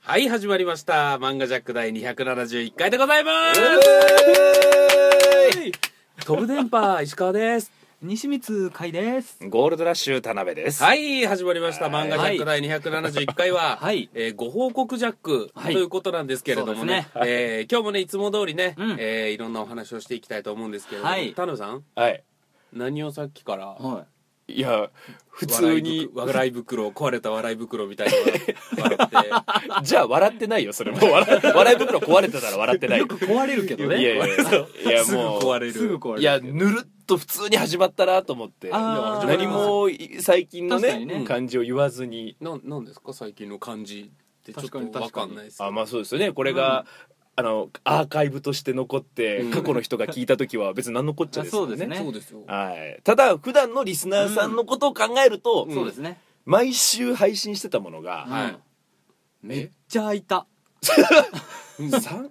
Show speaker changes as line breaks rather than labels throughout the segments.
はい、始まりました。漫画ジャック第271回でございます飛ぶ電波、石川です。
西光海です
ゴールドラッシュ田辺です。い。
はい、始まりました。漫画ジャック第271回は、
はい
えーご報告ジャックと
はい
いうことなんですけれどもね、
そ
えー今日もね、いつも通りね、
うん
えーいろんなお話をしていきたいと思うんですけれども、
はい
田辺さん、
はい。
何をさっきから、
はい
や、普通に、
笑い袋、笑い袋壊れた笑い袋みたいなのが笑って。
じゃあ笑ってないよ、それも。笑笑い袋壊れてたら笑ってない。い
い壊れるけど
や
ね
いやいや、 いや
すぐ
も
壊れる。
すぐ壊れる
う、いや、ぬるっと普通に始まったなと思って、
あ
ー
何も最近の
確かにね
ね、感じを言わずに、
ななんですか最近の感じってちょっ
確
と
かに
わ
確か
か
に
んないですけど
あ、まあそうですよね、これが、あの、アーカイブとして残って
うん、
過去の人が聞いた時は別に何のこっちゃですよ
あそうですね
そうですよ
はい。ただ、普段のリスナーさんのことを考えると、
そうですね
毎週配信してたものが、
はい
うんめっちゃ空いた
三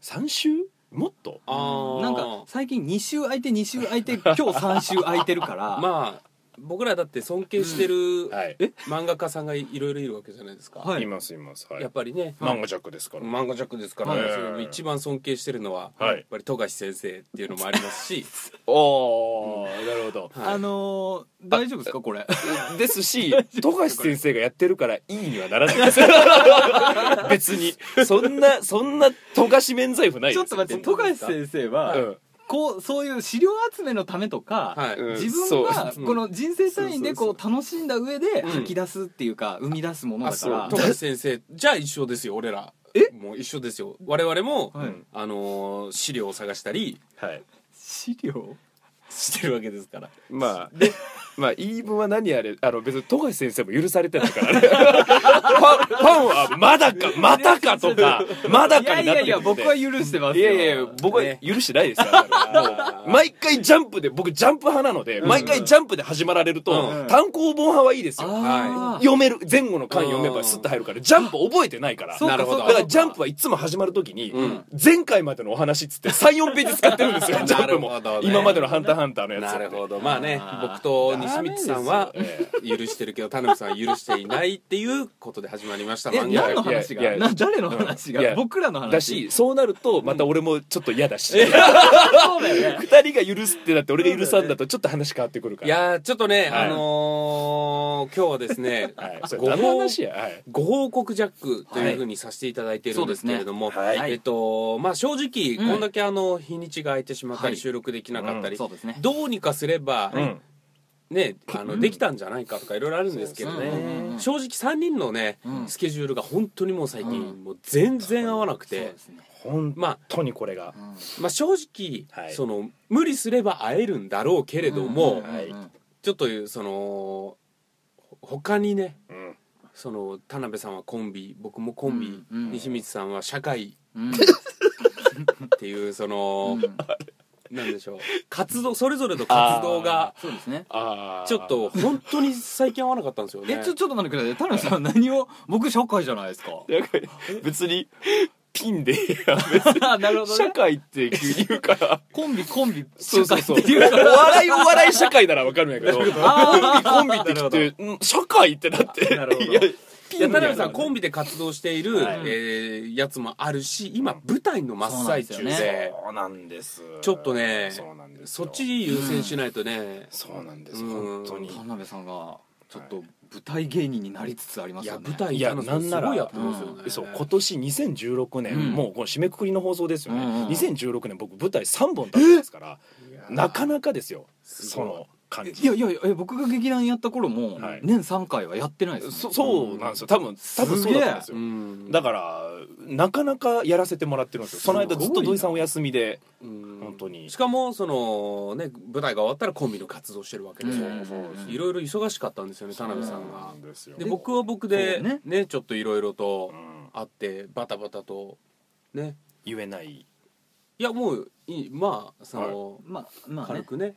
三週もっと
あー
なんか最近2週空いて2週空いて今日3週空いてるから
まあ僕らだって尊敬してる、
はい
え漫画家さんがいろいろいるわけじゃないですか、
はい
いますいますはい
やっぱりね、
マンゴジャックですから
漫画ジャックですから、
はい
その一番尊敬してるのは、
は
や
い
っぱり富樫先生っていうのもありますし、
おおなるほ ど
はい
あのー大丈夫ですかこれ
ですし富樫先生がやってるからいいにはならないです別にそんなそんな富樫免罪符な い
ちょっと待って富樫先生は、
うん
こうそういう資料集めのためとか、
はい
うん
自分が
そう
この人生単位でこ
そう
う楽しんだ上で
うん
吐き出すっていうか生み出すものだから
あそ
富樫先生じゃあ一緒ですよ俺ら
え
もう一緒ですよ我々も、
はい
うん
あのー資料を探したり
はい
資料
してるわけですから
まあでまあ言い分は何あれあの別に富樫先生も許されてないからねファンファンはまだかまた かとかまだ
い
か
や
に
い
なって
や
きて
いや僕は許してます
い
よ
やいや、僕は
ね
許してないですから、もう、毎回ジャンプで、僕ジャンプ派なので、毎回ジャンプで始まられると
う、
ん
単行本派はいいですよ。
あー
読める、前後の巻読めばスッと入るから、ジャンプ覚えてないから。
そう
な
か
るほ
そ
ど
う
だ
か
からジャンプはいつも始まるときに
うん、
前回までのお話っつって3、4ページ使ってるんですよ、ジャンプ
な
も
るほど。ね
今までのハンターハンターのやつ。
なるほどまあね
あー
僕と西光さんは
ダメですよ
許してるけど田辺さんは許していないっていうことで始まりました
え
漫
何の
画
いや
話
いや
が
いや
な誰の話
い
が
や
僕らの話
だし、そうなると、また俺もちょっと嫌だし。
そうだよね
二人が許すってなって、俺が許さんだと、ちょっと話変わってくるか
い
ら。
やーちょっとね、
はい
あのー今日はですね、
はい。それ
ご
何の
報
話や。はい。
ご報告ジャックというふうにさせていただいているんですけれども、
はいそうですね
はい
えっとまあ正直、
うん
こんだけあの日にちが空いてしまったり、
はい
収録できなかったり、
そうですね
どうにかすれば、
うん。
ねあのできたんじゃないかとかいろいろあるんですけどね、
そうですね
正直3人のね、
うん
スケジュールが本当にもう最近、
うん
もう全然合わなく
そう
て
で、すね
本
まあ
当にこれが。
まあ、正直、
はい
その無理すれば会えるんだろうけれども、
うんうんうんうん
ちょっとそのほ他にね
うん
その田辺さんはコンビ僕もコンビ、
うんうん
西光さんは社会
うん
っていうその、
うん
なんでしょう活動それぞれの活動が
そうですね
あー
ちょっと本当に最近合わなかったんですよ
え
ね。
ちょちょっと待ってください田辺さん何を僕社会じゃないですか
なんか別にピンで
なるほど
社
ね
会って急に言うから
コンビコンビ
そ
社
うそう
会って
そう
いう
お 笑いお笑い社会ならわかるんやけ どコンビ
あ
コンビってきてうん社会ってなって
なるほど
いや
いや
ピン
田
や
辺さんコンビで活動している、
はい
えーやつもあるし今舞台の真っ最中で,、
そうなんですよ
そうなんです
ちょっとね
そうなんです
そ
よ
っち優先しないとね、
そうなんです
うん
本当に
田辺さんがちょっと舞台芸人になりつつありま
い
す
や
よね
舞台
い
行っ
や
たの
なんな
す
ら
ごいやってますよね、
そう今年2016年、
うん
もうこの締めくくりの放送ですよね、
うんうん
2016年僕舞台3本立ってますからなかなかですよ
ごい
その感
い
じ
やいやいや僕が劇団やった頃も
はい
年3回はやってないです
そ
もん
そうなんですよ多分多分
す
そ
げ
う
え
だったんですよ
うん
だからなかなかやらせてもらってるんですよその間ずっと土井さんお休みで
うん
本当に
しかもそのね舞台が終わったらコンビの活動してるわけで、
うん
いろいろ忙しかったんですよね田辺さんが
そうなんですよ
で僕は僕で
そう
ね
ね
ちょっといろいろと
うん
あってバタバタとね
言えない
いやもういいまあその、
まあまあ
軽
ね
くね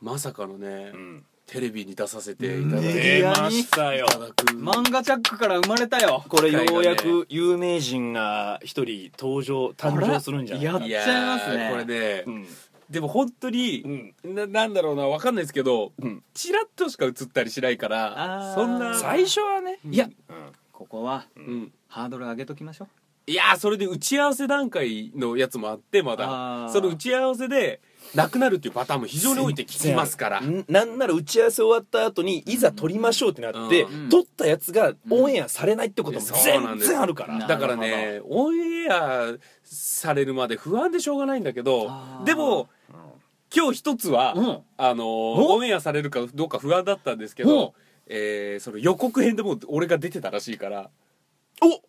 まさかのね、
うん
テレビに出させていただ
ね
い
出ましたよ
ただく、
漫画チャックから生まれたよ
これようやく有名人が一人登場誕生するんじゃないか
あら
ない
やっちゃいますね
やーこれね、
うん
でも本当
う
に、
ん
ななんだろうなわかんないですけど
うん
チラッとしか映ったりしないから
あー
そんな
最初はね
いや
うん
ここは
うん
ハードル上げときましょう
いやーそれで打ち合わせ段階のやつもあってま
あー
だその打ち合わせでなくなるっていうパターンも非常に多いって聞きますから
んなんなら打ち合わせ終わった後にいざ撮りましょうってなって、
うん
撮ったやつがオンエアされないってことも
そうなん
全
です
然あるから
な
だからねオンエアされるまで不安でしょうがないんだけど
あー
でも今日一つは、
うん
あのーオンエアされるかどうか不安だったんですけど、えーその予告編でもう俺が出てたらしいから
お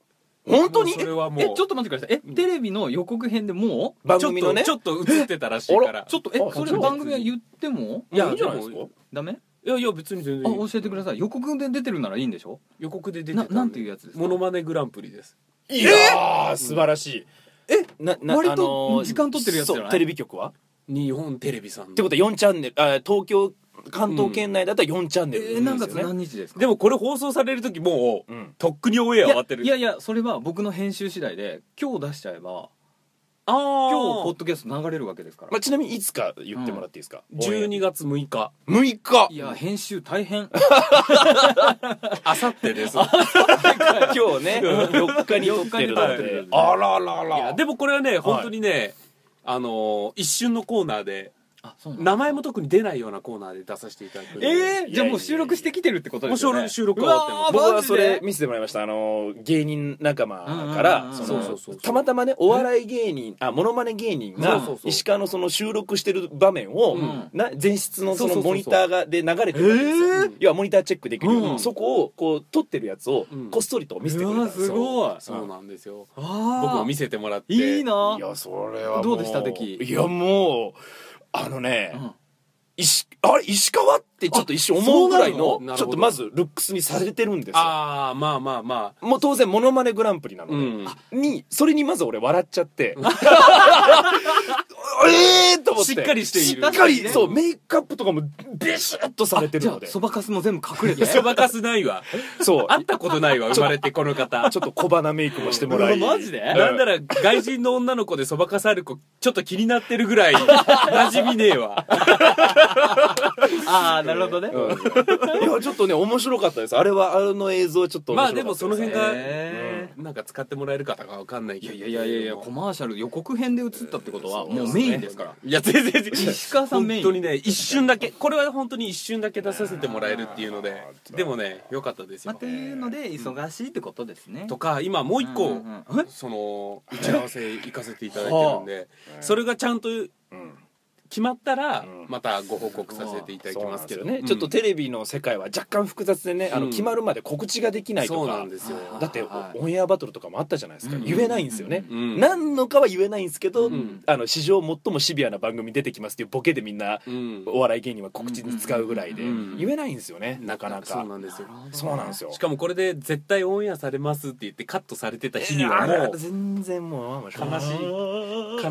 本当に
もうそれはもう
えちょっと待ってくださいえテレビの予告編でも
番組のね
ちょっとちょっと映ってたらしいか
あ
ら
ら
うちょっとえ
あ
それ
そう
番組は言っても
いや
いいんじゃないですか
でも
ダメ
いやいや別に全
あ
然いい
教えてください予告で出てるならいいんでしょ
予告で出てた
なん
で
なんていうやつですか
モノマネグランプリです
いやー素晴らしい
え
な
割と
あのー
時間取ってるやつじゃない
そうテレビ局はっ
日本テレビさんの
てことは4チャンネルあ東京関東圏内だったら4チャンネルです
え
よ、ね
何月何日ですか
でもこれ放送される時もう、
うん
とっくにオンエア
い
終わ
や
ってる
いやいやそれは僕の編集次第で今日出しちゃえば
あ
今日
あ
ポッ
今
ドキャスト流れるわけですから
まあ、ちなみにいつか言ってもらっていいですか、
日12月6日
12 6日
いや編集大変
あさってです
今日ね4日に撮ってるの
四日に撮って
で
る
あららら
いやでもこれはね本当にね、あのー一瞬のコーナーで
あそうなんだ
名前も特に出ないようなコーナーで出させていただくんで
えー、じゃあもう収録してきてるってことですよね
もう収録収録は終わって
僕
ま
はそれ
うわーマジで
見せてもらいましたあの芸人仲間から、
うんうんうん
その
そうそうそう
たまたまねお笑い芸人あモノマネ芸人が
そうそうそう
石川のその収録してる場面を、
うん
な前室の
そ
その
うそうそうそう
モニターがで流れてるわけですよ、
えー
要はモニターチェックできる、
うん
そこをこう撮ってるやつを
うん
こっそりと見せてくれたんですよ、
うわーす
そうなんですよ
あ
僕も見
せ
せてもらって
いいない
やそれはも
どうでした敵
いやもうあのね、
うん
石あれ石川ってちょっと一瞬思うぐらい
あそう
の
なのなるほど
ちょっとまずルックスにされてるんですよ
ああまあまあまあ
もう当然モノマネグランプリなので、
うん
にそれにまず俺笑っちゃって、 ええーと思って
しっかりしている
しっかり、
ね
そうメイクアップとかもビシッとされてる
じ
の
ゃあ
で
そ
そ
ばかすも全部隠れ て
そばかすないわ
う
会ったことないわ生まれてこの方
ちょっと小鼻メイクもしてもらい、
うわマジで
う
なんなら外人の女の子でそばかすある子ちょっと気になってるぐ らい馴染みねえわ
ああなるほどね、
うんいやちょっとね面白かったですあれはあの映像はちょっと面白かったす
まあでもその辺が
へ
なんか使ってもらえるかとかわかんない
ー
けど
いやいやいやいやコマーシャル予告編で映ったってことは
そう
もうメインですから
いや全然違う
石川さんメイン
本当にね一瞬だけこれは本当に一瞬だけ出させてもらえるっていうのででもね良かったです
まあ、
よ
っていうので忙しいってことですね、
とか今もう一個、
うんうんうんえ
その打ち合わせ行かせていただいてるんで、それがちゃんと
うん
決まったら、
うん
またご報告させていただきますけど
そうなんですよね、ちょっと
と
テレビの世界は若干複雑でね、あ
う
の
ん
決まるまで告知ができないとか
そうなんですよ
だってお
はい
オンエアバトルとかもあったじゃないですか、
うん
言えないんですよね、
うん
何のかは言えないんですけど、
うん
あの史上最もシビアな番組出てきますっていうボケでみんな
うん
お笑い芸人は告知に使うぐらいで、
うん
言えないんですよねなかなか
そうなんですよ
そうなんですよ
しかもこれで絶対オンエアされますって言ってカットされてた日に
あ
は
ら
もう
全然もう悲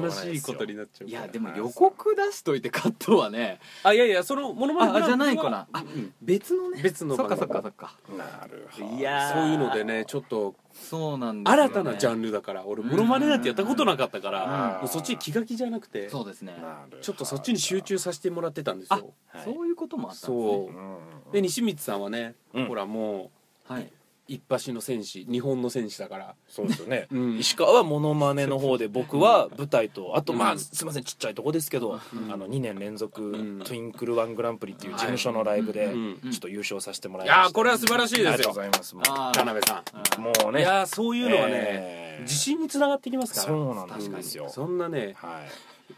悲しいことになっちゃう
い
から
やでも予告出しといてカットはね
あいやいやそのものまね
あじゃないかなあ
うん
別のね
別の
そっ
番
か
組
そっかそっか
なるほど
いやー
そういうのでねちょっと
そうなんですよね、
新たなジャンルだから俺モノマネなんてやったことなかったからもうそっち気が気じゃなくて
そうですね
なるほど
ちょっとそっちに集中させてもらってたんですよ
はい
そういうこともあったんですね
そううんで西光さんはね、
うん
ほらも
はい、
う一発の戦士日本の戦士だから
そうですよね、
うん
石川はモノマネの方で僕は舞台とあとまあ、
うん
すいませんちっちゃいとこですけど、あの2年連続、
ん
トゥインクルワングランプリっていう事務所のライブで、
うん
ちょっと優勝させてもら
い
いました
やーこれは素晴らしい
あ
で
り
す
がとう
よ
ございますも
あ
田辺さん
うもうね
いやーそういうのはね、
えー
自信につながってきますから
そうなんです確かに
うんそんなね
は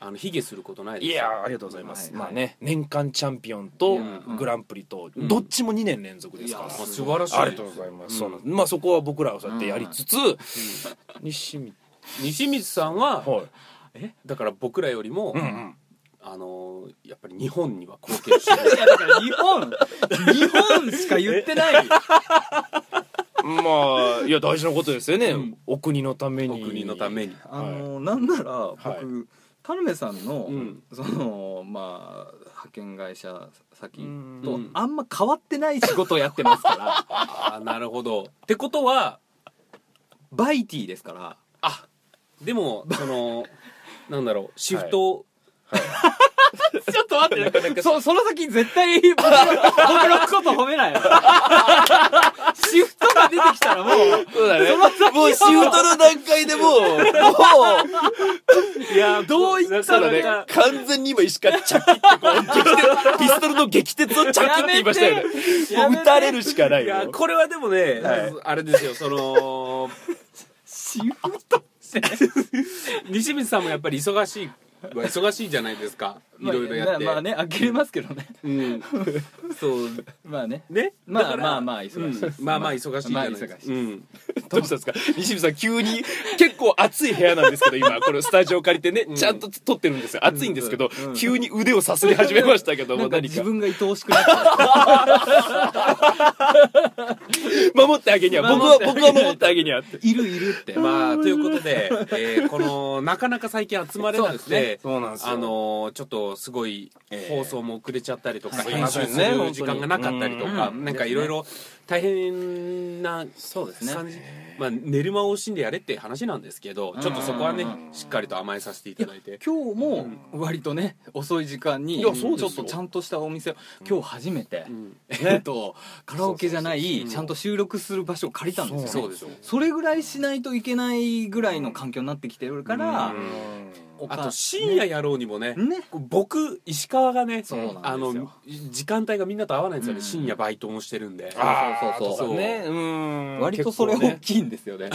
あの卑下することない
い、
で
い
す
やーありがとうございます、
はい
まあね年間チャンピオンと
うん
グランプリと、
うん
どっちも2年連続ですから、
いや
もう素晴らしい
ありがとうございます、
うん
そうなんですまあそこは僕らはそうやってやりつつ、西見
西光さんは、
はい
だから僕らよりも、
うんうん
あのーやっぱり日本には貢献して
い
る
やだから日本日本しか言ってない
まあいや大事なことですよね、
うん
お国のため
お
に
国のために
あのなんなら僕、
はい
田辺さんの、
うん
そのまあ派遣会社先
う
と
ん
あんま変わってない仕事をやってますから
ああなるほどってことは
バイティーですから
あでもそのなんだろうシフトを、
ちょっと待ってそその先絶対僕の僕のこと褒めないよシフトが出てきたらから、もう。
そうだね。もうシフトの段階でもう、も
いやどういっ
う、そ
た
うだ
ら
ね
いいか。
完全に今石川チャキってこう、激鉄、ピストルの激鉄をチャキって言いましたよね。も
や
う
めて
撃たれるしかない
い
よ
や。これはでもね、
はい
あれですよその
シフト
西光さんもやっぱり忙しいは忙しいじゃないですかいろいろやって、
まあまあね、開けれますけどね。
うんそう
まあね。
ねだ
ま
か
あ
ら
まあまあ、忙しいです。
うんまあまあ忙しいじゃないですか
まあ忙し
うん
どうしたんですか西見さん急に結構暑い部屋なんですけど今これスタジオ借りてね、ちゃんと撮ってるんですよ暑いんですけど、
うん
急に腕をさすり始めましたけど
な
も
んか
何
自
か
分が愛おしくなった。
守ってあげには僕は僕は守ってあげにはって
いるいるって。
まあということで、えーこのなかなか最近集まれなくて
そうなんですよ
あのーちょっとすごい放送も遅れちゃったりとか、
はい
編集す
そうですね
る時間がなかったりと
本
か、
当にうん
なんかいろいろ大変な
そうですね
感じ、まあ、寝る間を惜しんでやれって話なんですけどちょっとそこはね
うん
しっかりと甘えさせていただいて
今日も割とね、遅い時間に
い
ちょ
やそうですよ
っとちゃんとしたお店を今日初めて、
ん
えっとカラオケじゃない
そうそうそう
ちゃんと収録する場所を借りたんですよね
そうですよ
それぐらいしないといけないぐらいの環境になってきてるから
うん
おか
あと深夜やろうにもね
ね
こう僕石川がね
そうなんですよ
あの時間帯がみんなと合わないんですよね、
うん
深夜バイトもしてるんで
あー
そうそうそう
そう
ねうん
割とそれ大きいんで すよね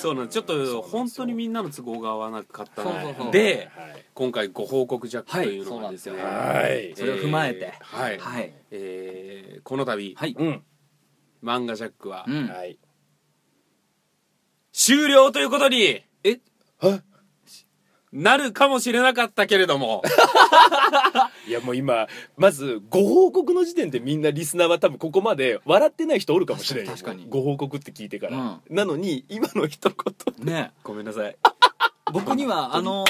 そうなんですちょっと本当にみんなの都合が合わなかった
そうそうそ
の
う
で今回ご報告ジャックというの
はいそうな
が
ん
で
ですす
ね、
よ
はい
それを踏まえて
えーはい、
はい
えーこの度、
はい
うん
漫画ジャックは、
うん
はい
終了ということに
え
なるかもしれなかったけれど も
いやもう今まずご報告の時点でみんなリスナーは多分ここまで笑ってない人おるかもしれんよ
確かに確
ご報告って聞いてから、
うん
なのに今の一言
ね
ごめんなさい
僕にはあの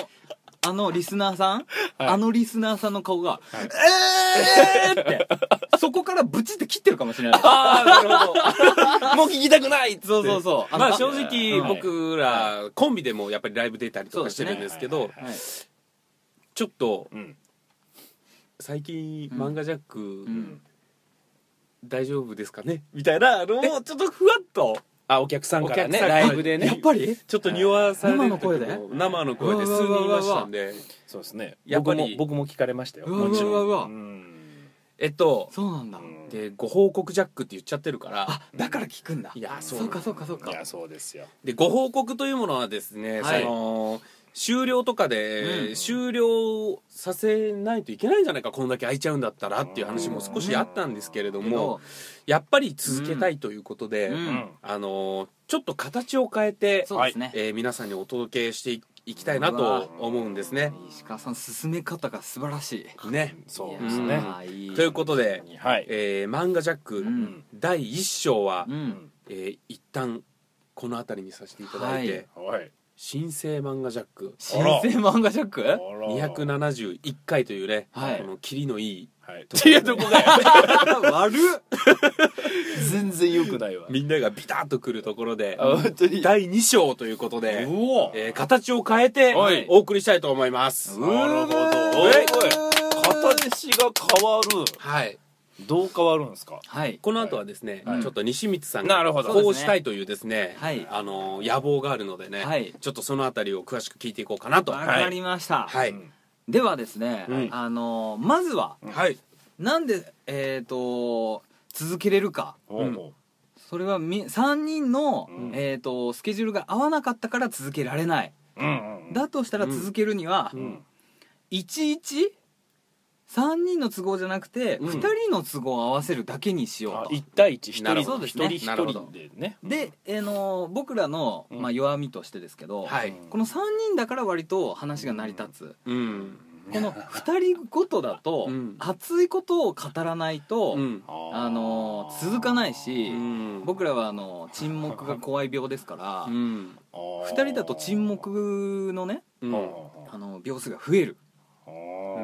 あのリスナーさん、
はい
あのリスナーさんの顔が「えー!」ってそこからブチって切ってるかもしれない
ああなるほど
もう聞きたくないっつって
そうそうそう
まあ
の
正直
はい
僕らコンビでもやっぱりライブ出たりとかしてるんですけど
はい
ちょっと
うん
最近
うん
漫画ジャック
うん
大丈夫ですかねみたいなのをちょっとふわっと
あお客さんから
お客
ね
さんから
ライブでね
やっぱり
ちょっと匂わされる
生の声で
生の声で
う
数
わうわうわ
人いましたんで
そうですね
やっぱり
僕も僕も聞かれましたよ
うわ
もちろん
うわうわうわ
ん
えっと
そうなんだ
でご報告ジャックって言っちゃってるから
あだから聞くんだ
いやそう
そうかそうかそう
い
か
やそうですよ
でご報告というものはですね、
はい
その終了とかで、
うん
終了させないといけないんじゃないかこんだけ空いちゃうんだったらっていう話も少しあったんですけれども、やっぱり続けたいということで、
うん
あのちょっと形を変えて、
そうですね、
えー皆さんにお届けしていきたいなと思うんですね。
石川さん進め方が素晴らし
ね
い
そう
う
で
ん
すね
いやいい
ということで、
はい
えー漫画ジャック、
うん
第1章は、
うん
えー一旦この辺りにさせていただいて、
はい
はい
新生漫画ジャック
新生漫画ジャック
271回というね、
はい
このキリのいい
はい
いやどこが
悪っ
全然良くないわ
みんながビタッとくるところで
あ本当に
第2章ということで、
うお
えー形を変えて
はい
お送りしたいと思います
なるほど
え
え形が変わる
はい
どう変わるんですか
はい
この後はですね、
はい
ちょっと西光さん
な
が
るほど
こうしたいというですね
はい
あのー野望があるのでね、
はい
ちょっとそのあたりを詳しく聞いていこうかなと
わ
は
かりました、
い、
うん
ではですね、
うん
あのまずは
はい
なんでえっ、と続けれるか
おう
それはみ3人の、
うん
えー、とスケジュールが合わなかったから続けられない
うん
だとしたら続けるには、
うん
いちいち3人の都合じゃなくて、
うん
2人の都合を合わせるだけにし
あ
よう
一対一一
な
人
る
一
ほ
ど
人一
なるほど
人でね
とで、えーのー僕らの、
うん
まあ、弱みとしてですけど、
はい
この3人だから割と話が成り立
うん
つこの2人ごとだと、
うん
熱いことを語らないと、
うん
あのー続かないし、
うん
僕らはあの沈黙が怖い病ですから
う、ん
2
2人だと沈黙のね
う
うん
ん
あの秒数が増える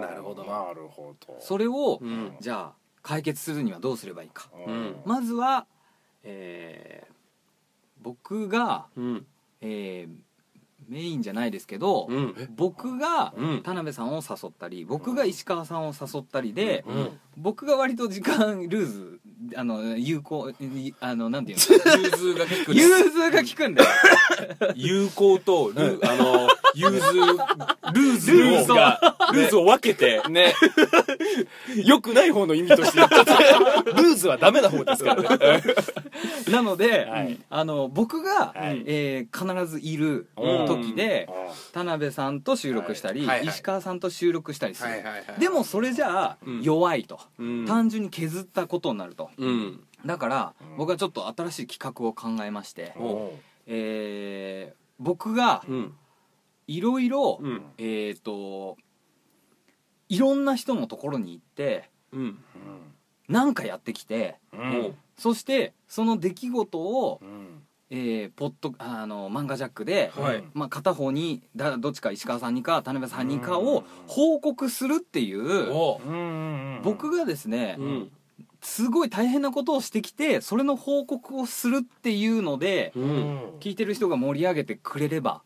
なるほど
なるほど
それを、
うん
じゃあ解決するにはどうすればいいか
うん
まずは、えー僕が、
うん
えーメインじゃないですけど、
うん
僕が
うん
田辺さんを誘ったり僕が石川さんを誘ったりで、
うん
僕が割と時間ルーズあの有効いあのなんていう
融通が効く
の融通が効くんだよ
有効とル、あの融通 ルーズ
ルーズが
ルーズを分けて
ね。良くない方の意味として言っちゃって ルーズはダメな方ですからね。
なので、
はい
あの僕が、
はい
えー必ずいる
うん
時で、田辺さんと収録したり、
はいはいはい
石川さんと収録したりする、
はいはいはい
でもそれじゃあ
うん
弱いと、
うん
単純に削ったことになると
うん
だから、
うん
僕はちょっと新しい企画を考えまして、
うん
えー僕が
うん
いろいろ
うん
えっ、といろんな人のところに行って
うん
なんかやってきて
うん
そしてその出来事を
う、ん
えーポッドあの漫画ジャックで、
はい
まあ、片方にだどっちか石川さんにか田辺さんにか
うん
を報告するっていう
お
うん
僕がですね
うん
すごい大変なことをしてきてそれの報告をするっていうので
うん
聞いてる人が盛り上げてくれれば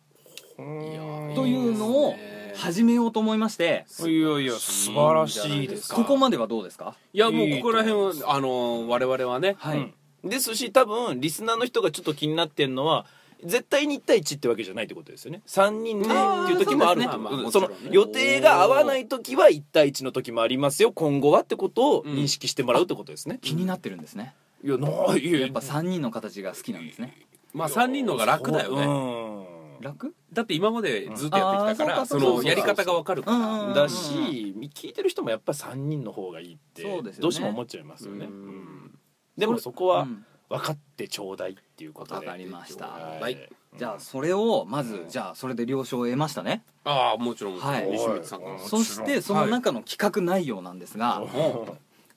うん
というのを始めようと思いまして
いやいや素晴らしいです
か
ここまではどうですか
いやもうここら辺はあの我々はね
はい、
うんですし多分リスナーの人がちょっと気になってるのは絶対に1対1ってわけじゃないってことですよね3人でっていう時もある
あー
と
そうですねま
うんその
あもちろんね
予定が合わない時は1対1の時もありますよ今後はってことを
うん
認識してもらうってことですね、
気になってるんですね
いやないや
やっぱ3人の形が好きなんですね
まあ3人の方が楽だよね
ね
楽
だって今までずっとやってきたから
あー
そ
そう
かそうか
のやり方がわかるか
うんうんうん
ら
だし聞いてる人もやっぱ3人の方がいいって
そうですよね
どうしても思っちゃいますよね、
う
うん
ん
でもそこは
うん
分かってちょうだいっていうことで
わかりました
はい
じゃあそれをまずじゃあそれで了承を得ましたね
ああもちろん
はい
西光さんから
もちろ
そ
ん
してその中の企画内容なんですが、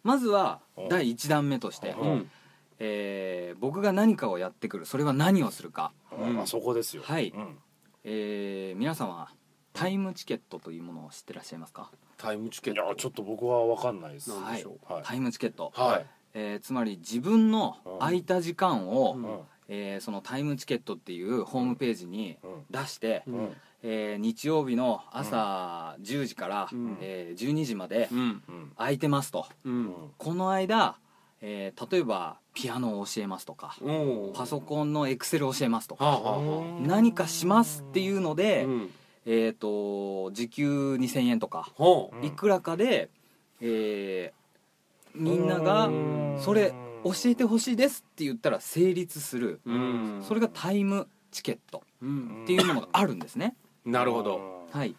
まずは第1弾目として、
うん
うん
えー僕が何かをやってくるそれは何をするか、
うんあそこですよ
はい
うん
えー皆様タイムチケットというものを知ってらっしゃいますか、
タイムチケ
い
ッ
や
ト
ちょっと僕は分かんないです
なん
は
で
はい
しょう
い
タイムチケット、
はい
えーつまり自分の空いた時間を、
うん
えーそのタイムチケットっていうホームページに
うん
出して、
う
うん
ん
えー日曜日の朝10時から、
うん
えー12時まで
うん
うん
空いてますと
う
うんん
この間、えー例えばピアノを教えますとか
うん
パソコンのエクセル教えますと
は
か
あはあは
何かしますっていうの
あ
で、
うん
えっ、と時給2000円とか、
ほ
うん
いくらかで、えーみんなが
うん
それ教えてほしいですって言ったら成立する、
ううん
それがタイムチケット
う
うん
ん
っていうものがあるんですね。
なるほど
はい、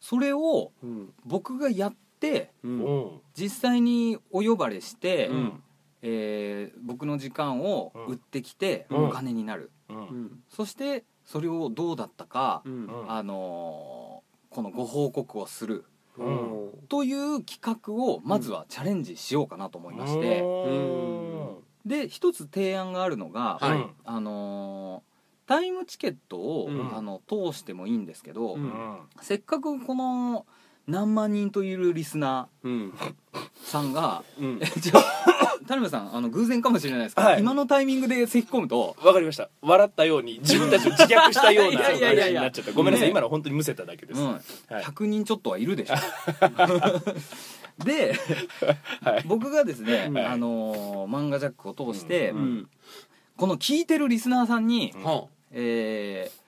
それを
うん
僕がやって
う
うん
うん
ん
実際にお呼ばれして、
うん
えー僕の時間を売ってきて
うん
お金になる、
うん
うん
そしてそれをどうだったか、
うん
あのーこのご報告をする
うん
という企画をまずはチャレンジしようかなと思いまして、
うん
で一つ提案があるのが、
はい
うん
あのータイムチケットを、
うん
あの通してもいいんですけど、
うん
せっかくこの何万人といるリスナ
うん
ーさんが
うん
えじゃ あ田辺さんあの偶然かもしれないですけど、
はい
今のタイミングで咳き込むと
わかりました笑ったように自分たちを自虐したようない
や
感
い
じ
やいやい
に
や
なっちゃったごめんなさい
ね
今のは本当にむせただけです
うん
はい
100人ちょっとはいるでし ょで、
はい
僕がですね、
はい
あのー漫画ジャックを通して、
う
うん
この聞いてるリスナーさんに、
うん
は
えー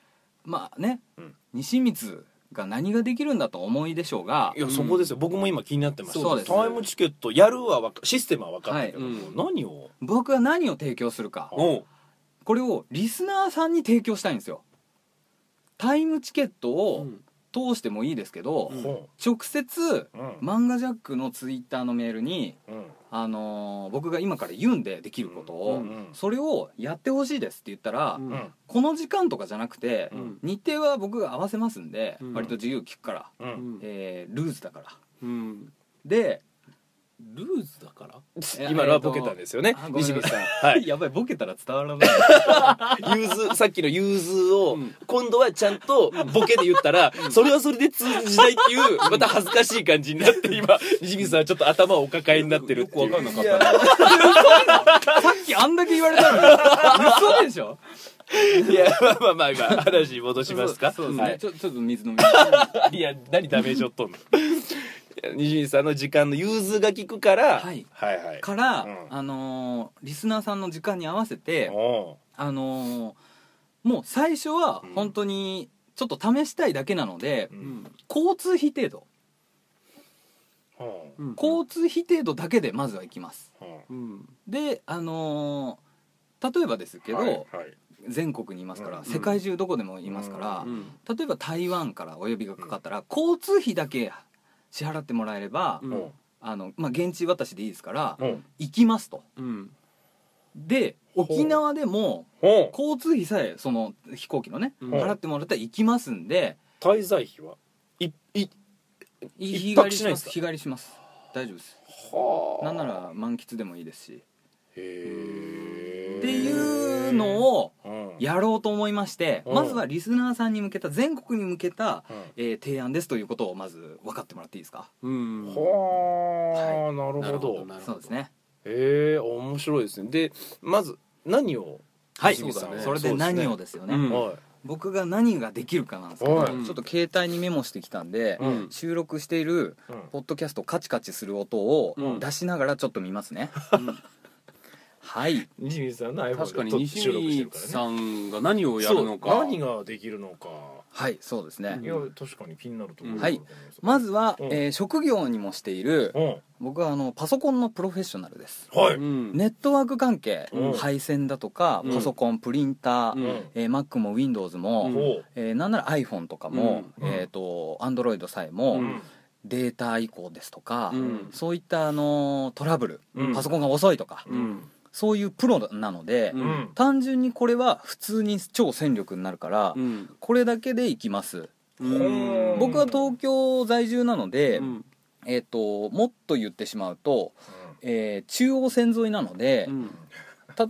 まあね、
うん
西光が何ができるんだとお思いでしょうが
いやそこですよ僕も今気になってます
そうです
タイムチケットやるはわかシステムは分かったけど
はい
もう何を
僕は何を提供するか
あおう
これをリスナーさんに提供したいんですよタイムチケットを通してもいいですけど、
うん
ほ
直接
ううん
漫画ジャックのツイッターのメールに、
うん
あのー僕が今から言うんでできることを、
うん
うん
それをやってほしいですって言ったら、
うん
うん
この時間とかじゃなくて、
うん
日程は僕が合わせますんで、
うん
割と自由聞くから、
う
うんん
えールーズだから
うん
で、
ルーズだから
え
今のはボケたんですよね
あごめん
西光さんはい
やばいボケたら伝わらない
融 通さっきの融通を
うん
今度はちゃんとボケで言ったらそれはそれで通じないっていうまた恥ずかしい感じになって今西水さんはちょっと頭をお抱えになってるってい
よ
う
くわかんなかっ
いや
たね
さっきあんだけ言われたのに嘘でしょ
いやまあまあまあ今話戻しますか
そうそうですね、
はい
ちょちょっと水飲みます
いや何ダメージを負っとんの西西さんの時間の融通が利くから、
はい
はいはい
から、
うん
あのーリスナーさんの時間に合わせて、
お
あのーもう最初は
うん
本当にちょっと試したいだけなので、
う
うん
交通費程度
おう
うん
交通費程度だけでまずは行きます
おう
うん
であのー例えばですけど、
はいはい
全国にいますから、
うん
世界中どこでもいますから、
う
うん
例えば台湾からお呼びがかかったら、交通費だけ支払ってもらえれば、
うん
おう
あのまあ、現地渡しでいいですから、
おう
行きますと
うん
で
ほう
沖縄でも
おう
交通費さえその飛行機のね、
うん
払ってもらったら行きますんで
滞在費はいい一
日
泊
帰り
し
し
ないん
ま
です
す
か
日帰りします大丈夫です
は
なんなら満喫でもいいですし
へえ
っていうのを
うん
やろうと思いまして
うん
まずはリスナーさんに向けた全国に向けた、
うん
えー提案ですということをまず分かってもらっていいですか
うん
はあ、なる
な
ほ
る
ど
ほど
そうですね
へえ面白いですねでまず何を
はい
そうだね
それで何をですよね
うん
は
僕が何ができるかなんですけど
は
ち
い
ょっと携帯にメモしてきたんで
うん
収録している
い
ポッドキャストカチカチする音を
うん
出しながらちょっと見ますね
うん
はい
西水さんの iPhone
確かに
で撮
西
収録して
光
るからね
さんが何をやるの
そ
か
う何ができるのか
はいそうですね
いや確かに気になるところ
はいまずは、
うん
えー職業にもしている
うんは
僕はあのパソコンのプロフェッショナルです
い
うん
ネットワーク関係、
うん
配線だとか、
うん
パソコンプリンター、
うん
えー Mac も Windows も、
うん
ほ
えーなんなら iPhone とかも、
うん
えー、と Android さえも、
う
うん
データ移行ですとか、
うん
そういったあのートラブル、
うん
パソコンが遅いとか、
うん
そういうプロなので、
う
うんん
単純にこれは普通に超戦力になるから、
うん
これだけでいきます、
うん
僕は東京在住なので、
うん
えー、ともっと言ってしまうと、えー中央線沿いなので、
うん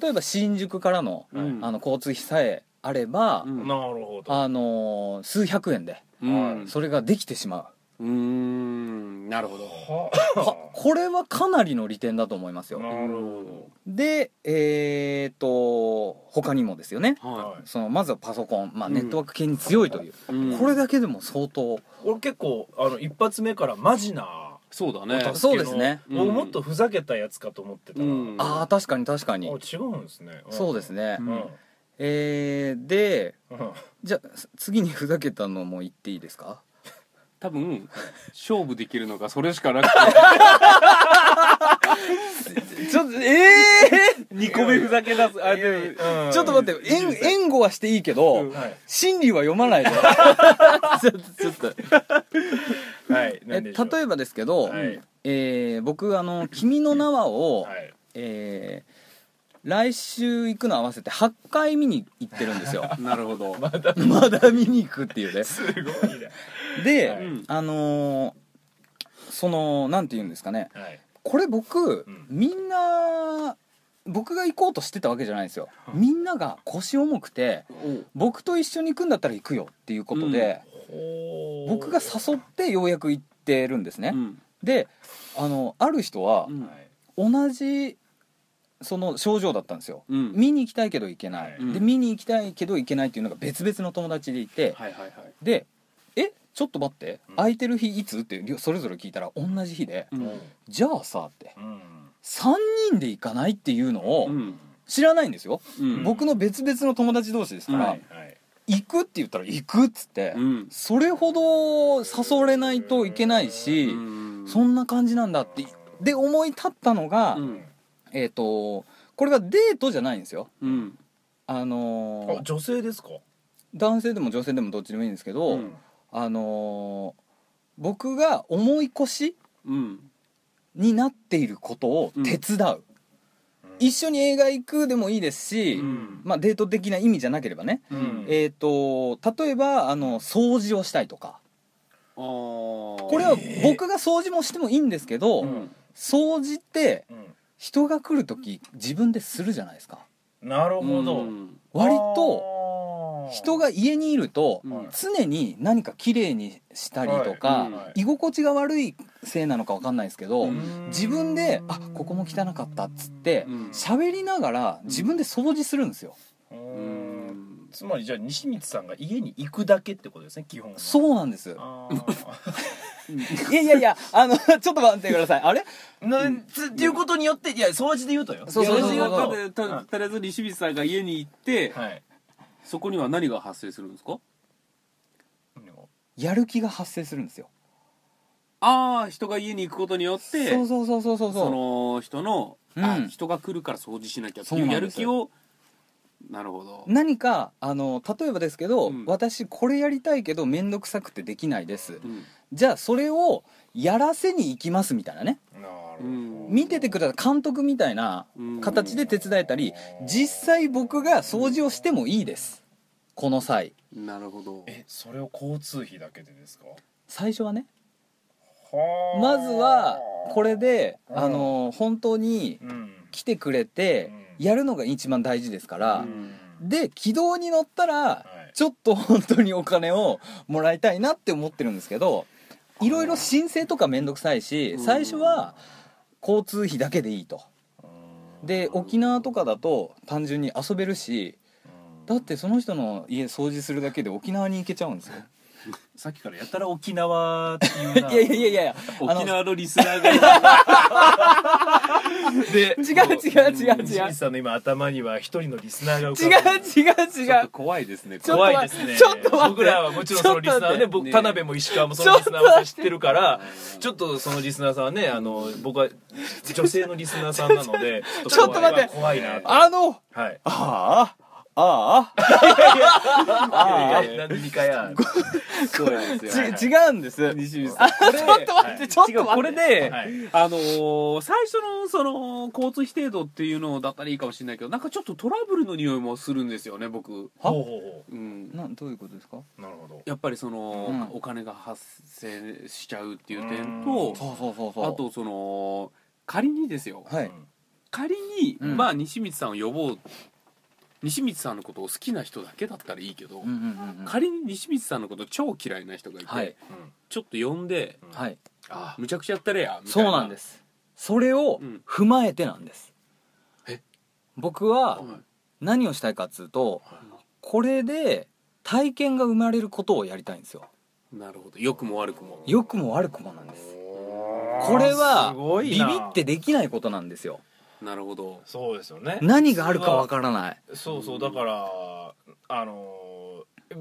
例えば新宿からの,、
うん
あの交通費さえあれば、
うん
なるほど
あのー数百円で
うん
それができてしまう、
うんなるほど
は
これはかなりの利点だと思います
あ
よ、
なるほ
でえっと他にもですよね
ど
は
はい
そのまずはパソコン、まあ、
うん
ネットワーク系に強いという、
いうん
これだけでも相当、
俺結構あの一発目からマジな
そうだね
そうですね
お助けの
うん
もうもっとふざけたやつかと思ってたら、
うん
ああ確かに確か
あ
に
違うんですね
そうですね、
うん、うん
えーでじゃあす次にふざけたのも言っていいですか
多分勝負できるのがそれしかなくてちょっとえ え二個目ふざけ出すあでも
ちょっと待って援援護はしていいけど、
うん
はい
心理は読ま ないでちょちょっと
はい
え
何でしょう
例えばですけど、
はい
えー僕あ の「君の名は」を、
はい
えー来週行くの合わせて8回見に行ってるんです よ
なるほど
まだ見に行くっていうね
すごいね
で、
はい
うん
あのーそのなんて言うんですかね
はい
これ僕、
うん
みんな僕が行こうとしてたわけじゃないんですよ、みんなが腰重くて僕と一緒に行くんだったら行くよっていうことで、
ほー
僕が誘ってようやく行ってるんですね、
うん
であのある人は
うん
は
同
い
じその症状だったんですよ、
うん
見に行きたいけど行けない、
はい
で
うん
見に行きたいけど行けないっていうのが別々の友達でいて、
はいはいはい
で「えちょっと待って、
うん
空いてる日いつ?」ってりょそれぞれ聞いたら同じ日で「
う
うん
ん
じゃあさ」って
うん
3人で行かないっていう
う
のを
ん
知らないんですよ、
うん
僕の別々の友達同士ですから、
はい
はい
行くって言ったら行くっつって、
うん
それほど誘われないといけないし、
うん
そんな感じなんだってで思い立ったのが、
うん
えっ、とこれはデートじゃないんですよ
うん
あのー
あ女性ですか
男性でも女性でもどっちでもいいんですけど、
うん
あのー僕が重い腰
うん
になっていることを手伝う、一緒に映画行くでもいいですし、
うん
まあ、デート的な意味じゃなければね、
うん
えっ、と例えばあの掃除をしたいとか
あこ
これは僕が掃除もしてもいいんですけど、
うん
掃除って
うん
人が来る時自分でするじゃないですか
なるほど
割と
と
人が家にいると
うん
常に何か綺麗にしたりとか、
はいうん
居心地が悪いせいなのか分かんないですけど、
うん
自分で「あここも汚かった」っつって
うん
喋りながら自分で掃除するんですよ、
う
うんん
つまりじゃあ西光さんが家に行くだけってことですね基本は
そうなんです
あー
いやいやいやあの ちょっと待ってくださいあれ
なつっていうことによっていや掃除で言うとよ
そうそうそうそ
掃
う
除
私
で
が
言と
ただたとりあえず西光さんが家に行って、
はい
そこには何が発生するんですか
やる気が発生するんですよ
ああ人が家に行くことによって
そうそうそうそうそ
そ
うそう
の人の、
うん
あ人が来るから掃除しなきゃって
そ
いうう
な
や
んで
る
す
気
よ
をなるほど
何かあの例えばですけど、
うん
私これやりたいけど面倒くさくてできないです
うん
じゃあそれをやらせに行きますみたいなね
なるほど
うん
見ててください監督みたいな
うん
形で手伝えたり実際僕が掃除をしてもいいですこの際
なるほど
えそれを交通費だけでですか
最初はね
はー
まずはこれであの本当に
うん
来てくれて
うん
やるのが一番大事ですか
う
ら
ん
で軌道に乗ったら
い
ちょっと本当にお金をもらいたいなって思ってるんですけどいろいろ申請とかめんどくさいし
うん
最初は交通費だけでいいとで沖縄とかだと単純に遊べるしだってその人の家掃除するだけで沖縄に行けちゃうんですよ
さっきからやたら沖縄っていうない
やいやいやいやいやあの
沖縄のリスナーが
で
違う違う違う違う
清水さんの今頭には一人のリスナーが浮
違う
かぶ
違う違う
怖いですね
ちょっと
怖いですね
ちょっと待って
僕らはもちろんそのリスナーは
ちょ
ね
っ
僕
ね
田辺も石川もそのリスナーは知ってるからちょっとそのリスナーさんはねあの僕は女性のリスナーさんなので
ちょっと待って
怖いなと
あの
はい
ああああ
あいやいや何回や
そうなんですよ
ち違うんです
西水さん
ちょっと待ってちょっ
違う
と
こ
待
れ
って
で、
はい
あのー最初のその交通費程度っていうのだったらいいかもしれないけどなんかちょっとトラブルの匂いもするんですよね僕、
は
ほうほうほ
うん、
なんどういうことですか
うなるほど
やっぱりその、
うん
お金が発生しちゃうっていう点と
そうそうそうそう
あとその仮にですよ
はい
仮に、
うん
まあ西光さんを呼ぼう西光さんのことを好きな人だけだったらいいけど、
うんうんうんうん
仮に西光さんのこと超嫌いな人がいて、
はい
ちょっと呼んで
はい
「むちゃくちゃやったれや」みた
そ
いうな
なんですそれを
うん
踏まえてなんです
え
僕は
はい
何をしたいかっつうとこれで体験が生まれることをやりたいんですよ
なるほど良くも悪くも
良くも悪くもなんですこれは
すご
ビ
い
ビ
な
ってできないことなんですよ
なるほど
そうですよね
何があるかわからない
そうそううんだからあのー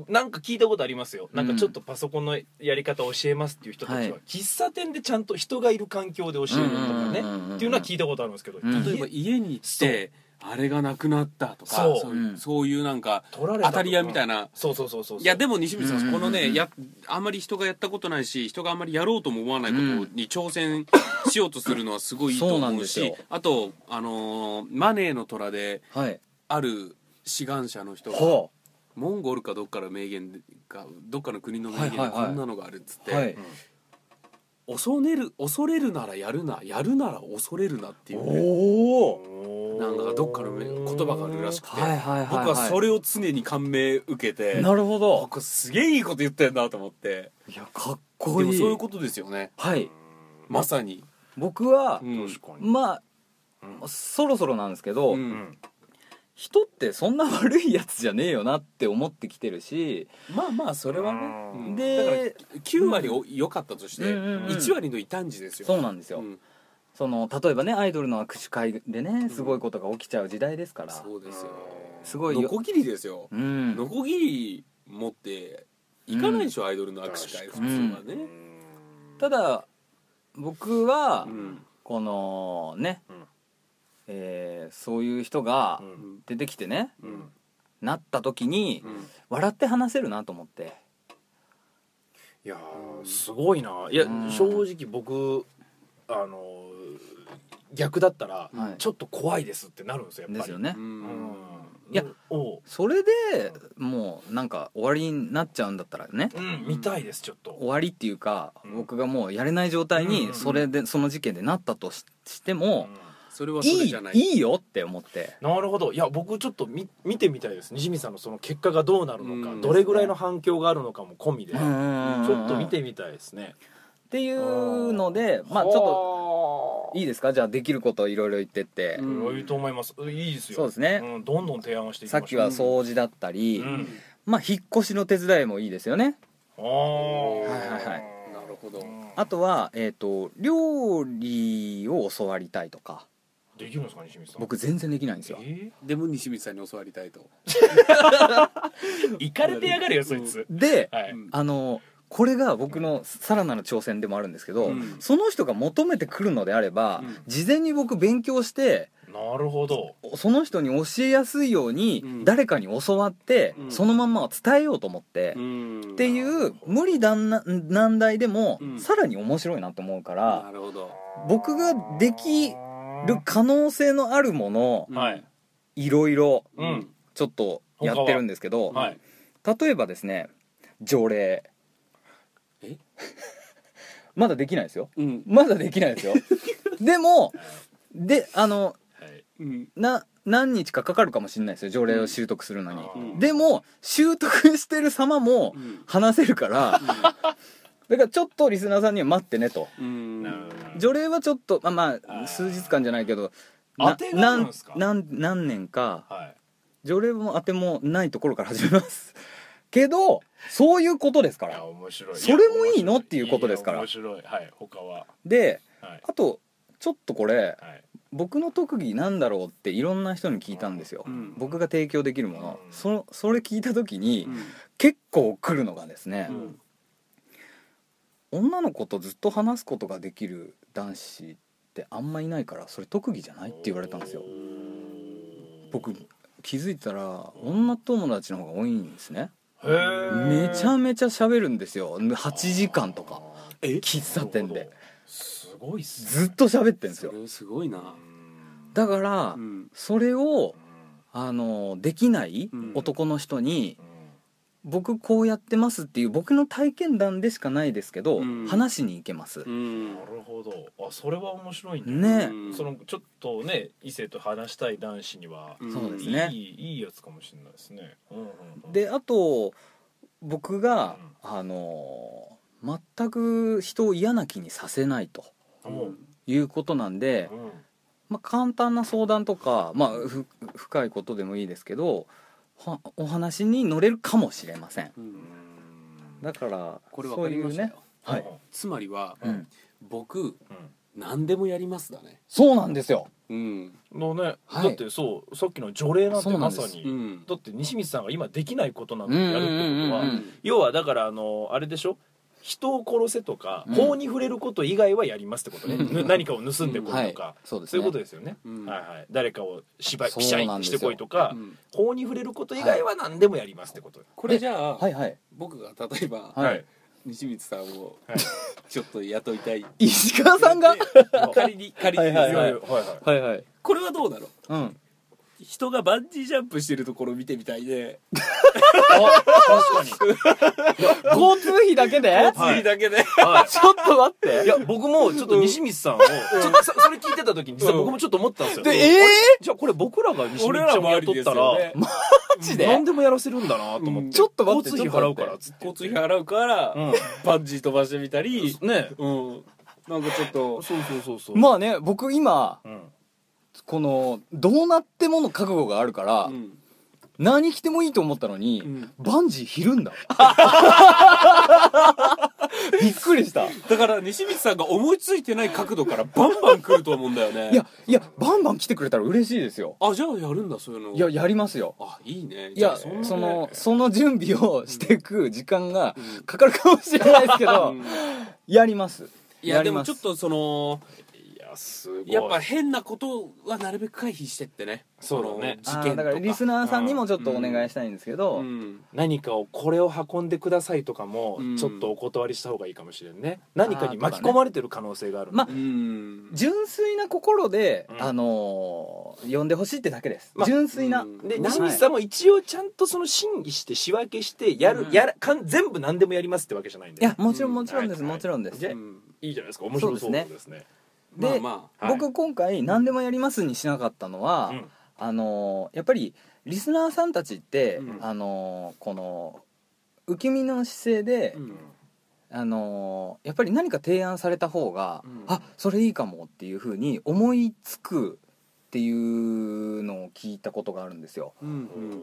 なんか聞いたことありますよ、なんかちょっとパソコンのやり方教えますっていう人たちは、
はい
喫茶店でちゃんと人がいる環境で教えるとかね
うんうんうんうんうん
っていうのは聞いたことあるんですけど、
うん
例えば家に行ってあれがなくなったとか
そう
そういう
うん
そういうなんか
取られ
当
たとか
たり屋みたいな
そうそうそうそう
いやで
も
も西光さん
うん
そこの
うん
ねやあんまり人がやったことないし人があんまりやろうとも思わないこ
うん
とに挑戦しようとするのはすごいいいと
そうなん
思
で
う
す
し
よ
あとあのーマネーの虎で
はい
ある志願者の人が
ほ
モンゴルかどっかの名言かどっかの国の名言で
はいはいはい
こんなのがあるっつって、
うはい
恐れる恐れるならやるなやるなら恐れるなっていうね、
おお
なんかどっかの名言葉があるらしくて、
はいはいはい
僕はそ
れ
れを常に感銘受けて
なるほど
僕すげえいいこと言ってんなと思って
いやかっ
で
こ
も
いい
そういうことですよね
はい
まさに、
僕は
うん
確かに、
ま
うん
あそろそろなんですけど、
う
うんん
人ってそんな悪いやつじゃねえよなって思ってきてるし、
まあまあそれはね
う、ん
うん
で
だから9割お良かったとして、
うんうんうん
1割の異端児ですよ
そうなんですよ、
うん
その例えばねアイドルの握手会でねすごいことが起きちゃう時代ですから、
そうですよ
すごい
ノ
よ
コギリですよ、
うん
ノコギリ持って行かないでしょ、アイドルの握手会普
確
通
かに
はね、
ただ僕は
うん
このね、
うん
えーそういう人が
う
うん
ん
出てきてね、
うん
なった時に
うん
笑って話せるなと思って
いやーすごいないや
うん
正直僕あのー逆だったら、
はい
ちょっと怖いですってなるんですよやっ
で
ぱり
すよね、
うん
いや
おう
それでもうなんか終わりになっちゃうんだったらね
うん見たいですちょっと
終わりっていうか
うん
僕がもうやれない状態
うんうんう
に
ん
それでその事件でなったとししても
それはいそれ
い
じゃない
いいよって思って
なるほどいや僕ちょっと見見てみたいです西見さんのその結果がどうなるのか、
うん
どれぐらいの反響があるのかも込みで、
ち
ちょ
ょ
っと見てみたいですね、
っていうのでまあちょっと
っ
いいですかじゃあできることをいろいろ言ってって、
うん
いいと思いますいいですよ
そうですね
んどんどん提案をしていきま
さ
しょ
っ
う
きは掃除だったり、
うん
まあ引っ越しの手伝いもいいですよね
あ
はいはいはい
なるほど
あとは、えー、と料理を教わりたいとか
できるんですか西見さん
僕全然できないんですよ
え
でも西光さんに教わりたいと、、
ー行かれてやがるよそいつ
で
はいう
ん
あのこれが僕のさらなる挑戦でもあるんですけど、
うん
その人が求めてくるのであれば、
うん
事前に僕勉強して
なるほど
その人に教えやすいように
うん
誰かに教わって、
うん
そのまんま伝えようと思って、
ん
っていう無理難な難題でも、
うん
さらに面白いなと思うから
な、るほど
僕ができる可能性のあるもの
はい
いろいろ
う
うん
ん
ちょっとやってるんですけど、
はい
例えばですね条例
え
まだできないですよ
うん
まだできないです よでもであの
はい
うん
な何日かかかるかもしれないですよ条例を習得するのに、
うん
でも習得してる様も
うん
話せるから、だからちょっとリスナーさんには待ってねと
うん
なるほど
除霊はちょっとまあま
あー
あ数日間じゃないけど
当てがあるんですか
なんなん何年か
はい
除霊も当てもないところから始めます けどそういうことですか
いや
ら
面白い
それもいいの
や面白
っていうことですから
や面白いはい他は
で
はい
あとちょっとこれ
はい
僕の特技なんだろうっていろんな人に聞いたんですよ、
うん
僕が提供できるもの、
うん
そのそれ聞いた時に
うん
結構来るのがですね
う、ん
女の子とずっと話すことができる男子ってあんまいないからそれ特技じゃないって言われたんですよ僕気づいたら女友達の方が多いんですね
へー
めちゃめちゃ喋るんですよ8時間とか
え
喫茶店で
すごいっす
ずっと喋ってんです
そ
よ
れすごいな
だから
うん
それをあのできない
うん
男の人に僕こうやってますっていう僕の体験談でしかないですけど
うん
話しに行けます
うん
なるほどあそれは面白いね
ね
うん
そのちょっとね異性と話したい男子には
うん
そうです
い
ね
いいいやつかもしれないですねうんうんうん
であと僕があの全く人を嫌な気にさせないと
うん
いうことなんで
うん
まあ、簡単な相談とか、まあ、ふ深いことでもいいですけどはお話に乗れるかもしれません
うん
だから
これ分かりました
そう
よ
いうねはい、
つまりは
うん、
僕
うん
何でもやりますだね
そうなんですよ
うん
のねだ
はい
ってそうさっきの除霊なん
そ
て
うな
ま
んです
さ
う
に
ん
だって西光さんが今できないことなのをやるってこと
うんうんうんう
は
ん
要はだからあのあれでしょ人を殺せとか、
うん
法に触れること以外はやりますってことね、
うん
ぬ何かを盗んでこいとか、
はいそうですね
そういうことですよね、
うん
はいはい、誰かを芝居
そ
ピ
う
シャ
なん
イ
です
し
よ
てこいとか、
うん
法に触れること以外は何でもやりますってことよ
これじゃあ
はいはい
僕が例えば
はい
西光さんを
はい
ちょっと雇いたい
石川さんが
仮に仮にですよ
はい
はいはい
はいはい
これはどうだろう
うん
人がバンジージャンプしてるところ見てみたいで
確かに
交通費だけで
はい
次だけで
は
ちょっと待って
いいや僕もちょっと西光さんを、ちょっとさそ れ聞いてた時に実は僕もちょっと思ったんですよ、
でえ
じゃあこれ僕らが西光
俺
ちゃ
ら
んを
もあり
雇
で
っ
す
たら、
よね
マジで
何でもやらせるんだなと思って、
うん
ちょっと待って
交通費払うからっつって
交通費払うから
うん
バンジー飛ばしてみたり
ね
うんなんかちょっと
そうそうそうそう、
まあね僕今
うん、
このどうなってもの覚悟があるから、
うん
何着てもいいと思ったのに、
うん
バンジーひる んだびっくりした
だから西光さんが思いついてない角度からバンバン来ると思うんだよね
いやいやバンバン来てくれたら嬉しいですよ
あじゃあやるんだそういうの
いややりますよ
あいいね
いや
じゃあんな
そ
ね
のその準備をしていく時間がかかるかもしれないですけど、
うん
やります
いやで
り
も
ます
ちょっとその
いやすごい
やっぱ変なことはなるべく回避してってね
そうだね
そ
あ
の
ー
事件
だ
と
か
から
リスナーさんにもちょっと
うん
お願いしたいんですけど、
うん
何かをこれを運んでくださいとかも
うん
ちょっとお断りした方がいいかもしれんね、何かに巻き込まれてる可能性がある
まあ
うん
純粋な心で、
うん
あのー呼んでほしいってだけです、
まあ
純粋な、
うん
は
で
い
西光さんも一応ちゃんとその審議して仕分けしてやる、
うん
やらかん全部何でもやりますってわけじゃないんで、
いやもちろんもちろんです、
うん
もちろんです、
はい
うん
いいじゃないですか面白そうですね
で
まあまあ
はい
僕今回「何でもやります」にしなかったのは、
うん
あのーやっぱりリスナーさんたちって、
うん
あのーこの受け身の姿勢で、
うん
あのーやっぱり何か提案された方が、
うん
あそれいいかもっていうふうに思いつくっていうのを聞いたことがあるんですよ。
うん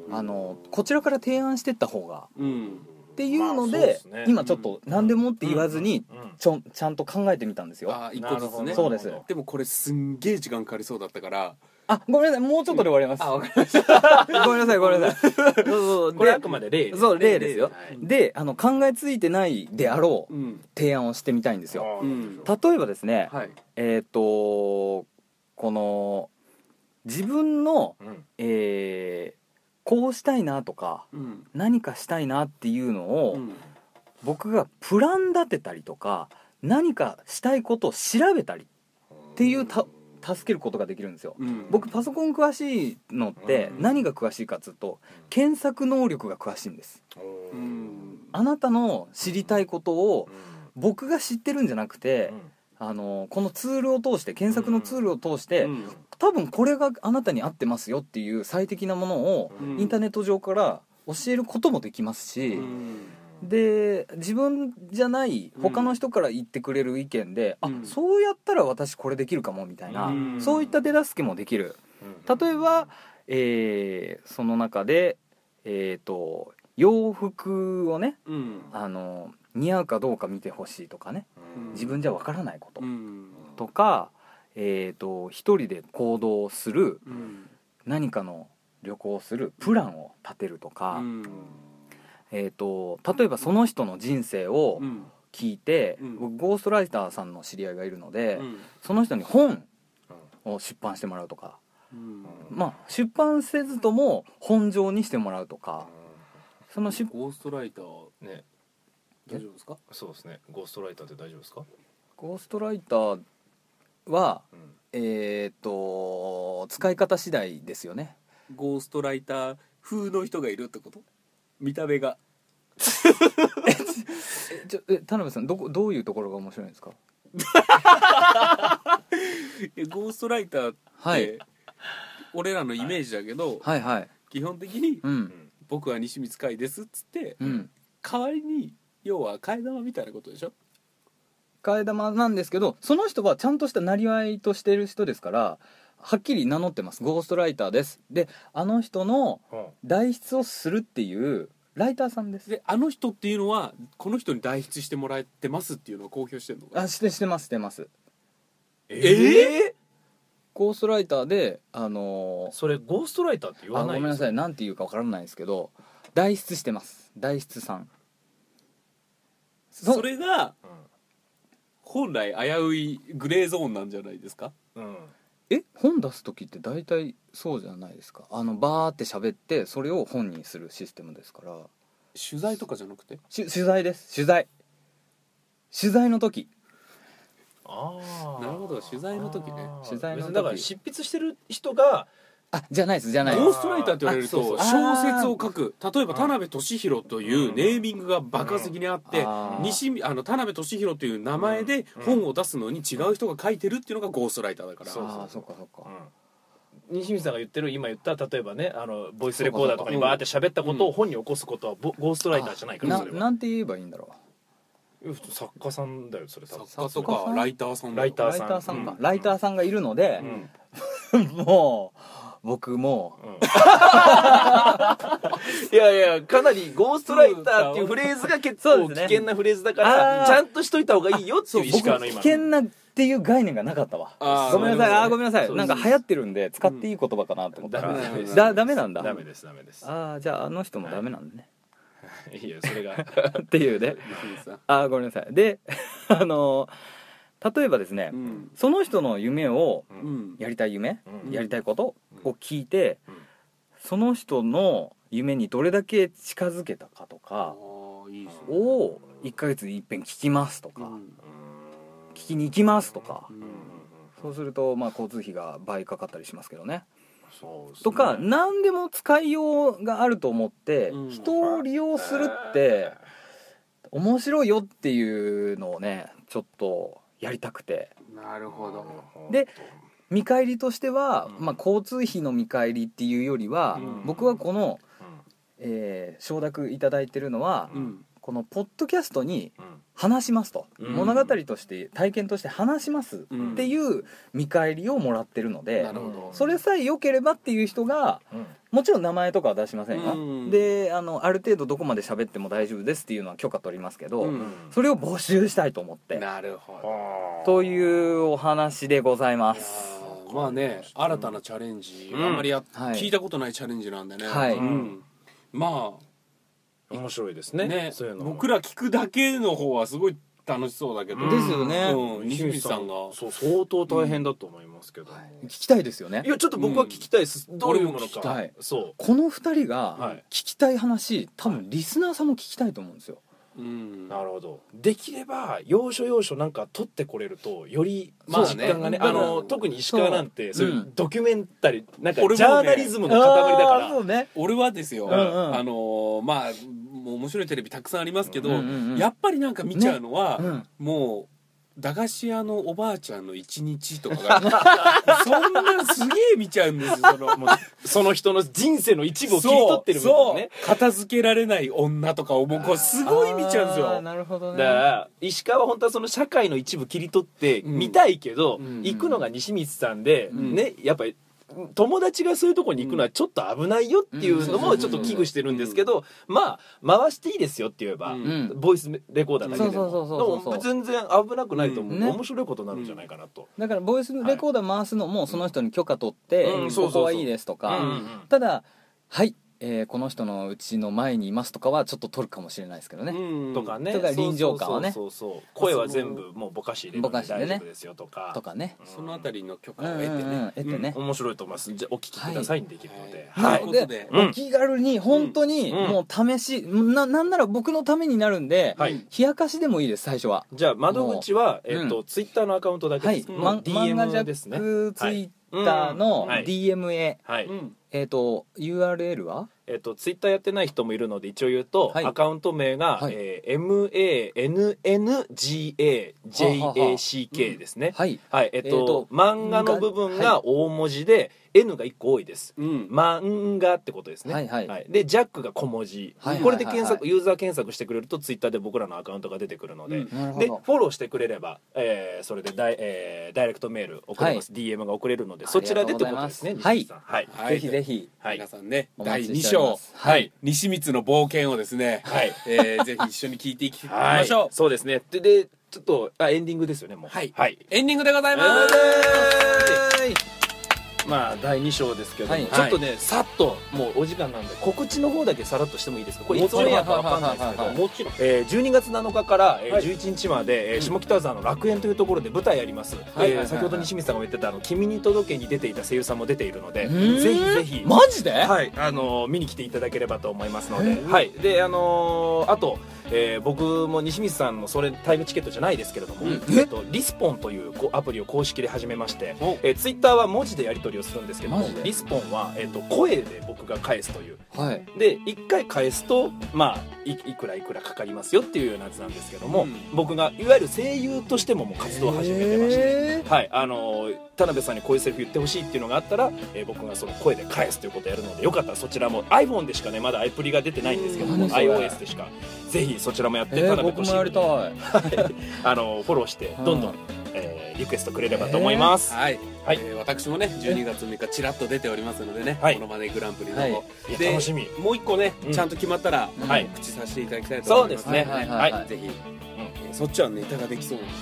うん
あのこちらから提案してった方が
うん
っていう
まあ
ので,、
そうですね
今ちょっと何でもって言わずに
うん
ちょんちゃんと考えてみたんですよ。
あー一個ずつ
な
ね
る
そ
ほ
う
ど
です
でもこれすんげえ時間かかりそうだったから
あごめんなさいもうちょっとで終わります、
わかりまし
ごめんなさいごめんなさいそうそう
これあくまで例
そう例ですよ
はい
であの考えついてないであろう
うん
提案をしてみたいんですよ
うん
例えばですね、
はい
えっ、とこの自分の、
うん
えーこうしたいなとか
うん
何かしたいなっていうの
う
を、
ん
僕がプラン立てたりとか何かしたいことを調べたりっていうた助けることができるんですよ
うん
僕パソコン詳しいのって
うん
何が詳しいかっつうと検索能力が詳しいんです
う
うん
ん
あなたの知りたいことを僕が知ってるんじゃなくて
うん
あのこのツールを通して検索のツールを通して
うん
多分これがあなたに合ってますよっていう最適なものを
うん
インターネット上から教えることもできますし、
うん
で自分じゃない
うん
他の人から言ってくれる意見で、
うん
あそうやったら私これできるかもみたいな、
うん
そういった手助けもできる例えば、えーその中で、えー、と洋服をね
うん
あの似合うかどうか見てほしいとかね
うん
自分じゃわからないこと、
うん
とか、えー、と一人で行動する
うん
何かの旅行をするプランを立てるとか、
うん
えー、と例えばその人の人生を、
うん
聞いて、
うん
僕ゴーストライターさんの知り合いがいるので、
うん
その人に本を出版してもらうとか、
うん
まあ、出版せずとも本上にしてもらうとかその出
ゴーストライター
ね
大丈夫ですか
そうですねゴーストライターって大丈夫ですか
ゴーストライターは
うん
えーっと使い方次第ですよね
ゴーストライター風の人がいるってこと見た目が
えちょえ田辺さんどこどういうところが面白いんですか
えゴーストライターって、
はい
俺らのイメージだけど、
はいはい
基本的に
う
うん
ん
「僕は西光海です」っつって、
うん
代わりに要は替え玉みたいなことでしょ
替え玉なんですけどその人はちゃんとしたなりわいとしてる人ですからはっきり名乗ってますゴーストライターですであの人の
うん
代筆をするっていうライターさんです
であの人っていうのはこの人に代筆してもらってますっていうのを公表してるのか
あしてしてますしてます
え
ゴーストライターであの
それゴーストライターって言
ー、あ
わな
ごめ
い
んなさいなんていうかわからないですけど代筆してます代筆さん
そ
そ
れが本来危ういグレーゾーンなんじゃないですか
うんうん
え本出す時って大体そうじゃないですかあのバーって喋ってそれを本にするシステムですから
取材とかじゃなくて
し取材です取材取材の時
ああ
なるほど取材の時ね
取材の時
だから執筆してる人が
あじゃないですじゃないで
ゴー
す
ストライターって言われる
あそ
と
うそう
小説を書く例えば田辺俊弘というネーミングがバカすぎにあって
あー
西見あの田辺俊弘という名前で本を出すのに違う人が書いてるっていうのがゴーストライターだから
あーそうかそうか、
うん西水さんが言ってる今言った例えばねあのボイスレコーダーとかにバーって喋ったことを本に起こすことはボゴーストライターじゃないからそれは
なんて言えばいいんだろう
普通作家さんだよそれ多分
作家とかライターさん
ライタ
ラ
ー
イ
さ
タ
ん
ーさんか、
うん
ライターさんがいるので
う、ん
もう僕も
うん いやいやかなりゴーストライターっていうフレーズが結
そう
構
です
危
ね
険なフレーズだから
あー
ちゃんとしといた方がいいよっていう石
僕
川の
危
今
険なっていう概念がなかったわ
あー
ごめんなさい
なるほどね
あーごめんなさ
そ
いうな
で
ん
す
か流行ってるんで使っていい言葉かなと思ったら、
うんダメです
だダメなんだ
ダメですダメです
ああじゃああの人もダメなんだね、
いいよそれ が
っていうね
さん
ああごめんなさいで あのー例えばですね、
うん
その人の夢を
う
うん
やりたい夢、
うん
やりたいことを聞いて、
うん
その人の夢にどれだけ近づけたかと
あ
か、
ーいいですね
を1ヶ月に一遍聞きますとか、
うん
聞きに行きますとか、
うん
そうするとまあ交通費が倍かかったりしますけどね。
そうですね
とか、何でも使いようがあると思って、
うん
人を利用するって面白いよっていうのをねちょっとやりたくて
なるほど
で見返りとしては、
うん
まあ、交通費の見返りっていうよりは、
うん
僕はこの、
うん
えー承諾いただいてるのは、
うん
このポッドキャストに
うん
話しますと、
うん
物語として体験として話します
うん
っていう見返りをもらってるので、
なるほど
それさえ良ければっていう人がもちろん名前とかは出しませんよ、
うん
であのある程度どこまで喋っても大丈夫ですっていうのは許可取りますけど、
うん
それを募集したいと思って
なるほど
あー
というお話でございま
いや
す
ーまあね新たなチャレンジ、
うん
あんまりや、
はい
聞いたことないチャレンジなんでね、
はい
うんま
面白いです
あ
ね
ね
そういうのも
僕ら聞くだけの方はすごい楽しそうだけど、
です
よね
うん、西水さんが
そう相当大変だと思いますけども、
聞きたいですよね
いやちょっと僕は聞きたいです、どういうもの
俺も聞き
か
たい
そ
この2人
は
が
い
聞きたい話多分リスナーさんも聞きたいと思うんですよ
うん
うなるほどできれば要所要所なんか取ってこれるとより
まあ
実感がね,、
ね
あの
うん
特に石川なんて
そ
そうう
う
いうんドキュメンタリーなんか
俺もね
ジャーナリズムの塊だか
あー
ら、
そうね
俺はですよ、
うん
うん
あのーまあもう面白いテレビたくさんありますけど、
うんうんうん
やっぱりなんか見ちゃうのは、
うん
もう駄菓子屋のおばあちゃんの一日とかがそんなすげえ見ちゃうんですよその
もうその人の人生の一部を切り取ってるみたいなね
そうそう片付けられない女とかをもうこれすごい見ちゃうんです
あー
よ
なるほど
だ
ね
から石川は本当はその社会の一部切り取って
うん
見たいけど、
うん
行くのが西光さんで、
うん
ねやっぱり友達がそういうとこに行くのはちょっと危ないよっていうの
う
も
ん
ちょっと危惧してるんですけど、まあ回していいですよって言えば、
うん
ボイスレコーダーだけでも
そうそうそうそうそう
でも全然危なくないと思う、
うんね
面白いことになるんじゃないかなと。
だからボイスレコーダー回すのもその人に許可取って
うん
「
そうそ
こ
うそう
こはいいです」と
うんうんう
か
ん
ただ「はいえーこの人のうちの前にいます」とかはちょっと取るかもしれないですけどね
うん
とかね、
とか臨場感はね
そうそうそうそう声は全部もうぼかし入れるんで
ぼかしでね
大丈夫ですよとか
とかね
うん
そのあたりの許
うん
可を
うん
得てね、
うん得てね
面白いと思いますじゃあお聞きくださいにできるので、
は
はいい
と
と
い
いうう
こで
こととで、
うん
お気軽に本当に
うん
もう試し、ななんなら僕のためになるんで、
はい
冷やかしでもいいです最初は
じゃあ窓口は、えっ、と、
う
ツイッターのアカウントだけ
は
で
い、
す、
マン
の
漫画ジャ
DM です
ッ
ね。
クツイッターの
はい
DM へ、
はい。
うん
えっ、と URL は
えっ、とツイッターやってない人もいるので一応言うと、
はい
アカウント名が、
はい
えー M A N N G A J A C K ですね。
はい
はい。えっ、と,、
えっと
漫画の部分が大文字で、N が一個多いです。
うん
漫画ってことですね。
はいはい
でジャックが小文字、
はいはい
これで検
は
索ユーザー検索してくれるとツイッターで僕らのアカウントが出てくるので、
うん
なるほ
でフ
ど
ォローしてくれれば、えーそれでダイ,、えーダイレクトメール送れます、DM が送れるのでそちらでってことですね
あり
西
が
口さんはい
はい
ぜひぜひ
はい
皆さんね
お
第
待
2
ちしておりま
章
す
はい
西光の冒険をですね、
はい
えーぜ ひ一緒に聞いていき
はい
ましょう、
そうですねででちょっとあエンディングですよねもう
はい
はい
エンディングでございま
エ
す
ンディング
はい
まあ第2章ですけども、
はい
ちょっとねさっともうお時間なんで告知の方だけさらっとしてもいいですかこれい
も
つ
ちろん
オンエアかわかんないですけ
はい
ど
はいはいはい
もちろん、えー12月7日から、えー
はい
11日まで、えー下北沢の楽園というところで舞台やります、
はいはいはい
えー先ほど西水さんが言ってたあの「君に届け」に出ていた声優さんも出ているので
うーん
ぜひぜひ
マジで、
はい、あのー見に来ていただければと思いますの
え
で、はい、で、あのーあと、えー僕も西光さんのそれタイムチケットじゃないですけれども、
うん
えっと、リスポンというこうアプリを公式で始めまして、
お
えツイッター Twitter は文字でやり取りをするんですけど
マ
も
ジで
リスポンは、えっと声で僕が返すという
はい
で1回返すと、まあ、いいくらいくらかかりますよっていうようなやつなんですけども、
うん
僕がいわゆる声優としてももう活動を始めてまして。
え
はい、あのー田辺さんにこういうセリフ言ってほしいっていうのがあったら、えー僕がその声で返すということをやるのでよかったらそちらも iPhone でしかねまだアイプリが出てないんですけども
何それ
iOS でしかぜひそちらもやって
ーえ
田
ー、
辺
僕
と
も
し
やりたい
てあのーフォローしてどんどん、
うん
えーリクエストくれればと思います、
はい、
はい
えー私もね12月6日ちらっと出ておりますのでね、
はい
このマネグランプリの方、
はい
いや
で
楽しみ、
もう一個ね、
うん
ちゃんと決まったら、
うん
はい
口させていただきたいと思います
そうですね
はいはいはい
ぜひ、
う
そっちはネタができそうなんで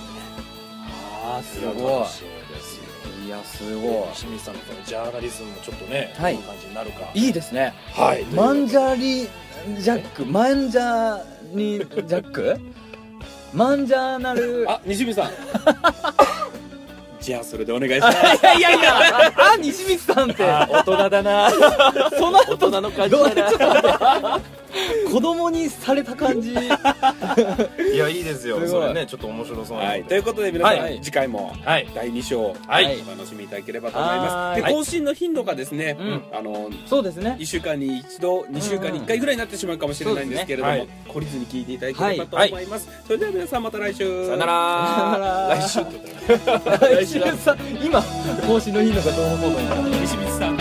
あーす
楽
ご
しみですよ
いいやすご
清水さんのこのジャーナリズムもちょっとね、
はい
どういう感じになるか
いいいですね
はい
マンジ
ー
ャリジャックマンジャリジャック マンジャーナル
すあ西見さんじゃあそれでお願いします
いやいやいやあ西光さんって
大人だな
その
大人の感じ
どう
だ
ちょ
な
っと待って子供にされた感じはい
やいいですよ
すごい
それねちょっと面白そうなので
はい、ということで皆さん、
はい
次回も
はい
第2章、
はい
い
お楽しみいただければと思いま
は
す
ー
で
い
更新の頻度がですね、
うん
あの
そうですね
1週間に1度2週間に1回ぐらいになってしまうかもしれないんですけれども、
そうで
懲りずに聞いていただければと思います、それでは皆さんまた来週
さよな
さよな
ら
ら
来週って言ったよ
来週さ今更新のいいのかと思うことになる
西光さん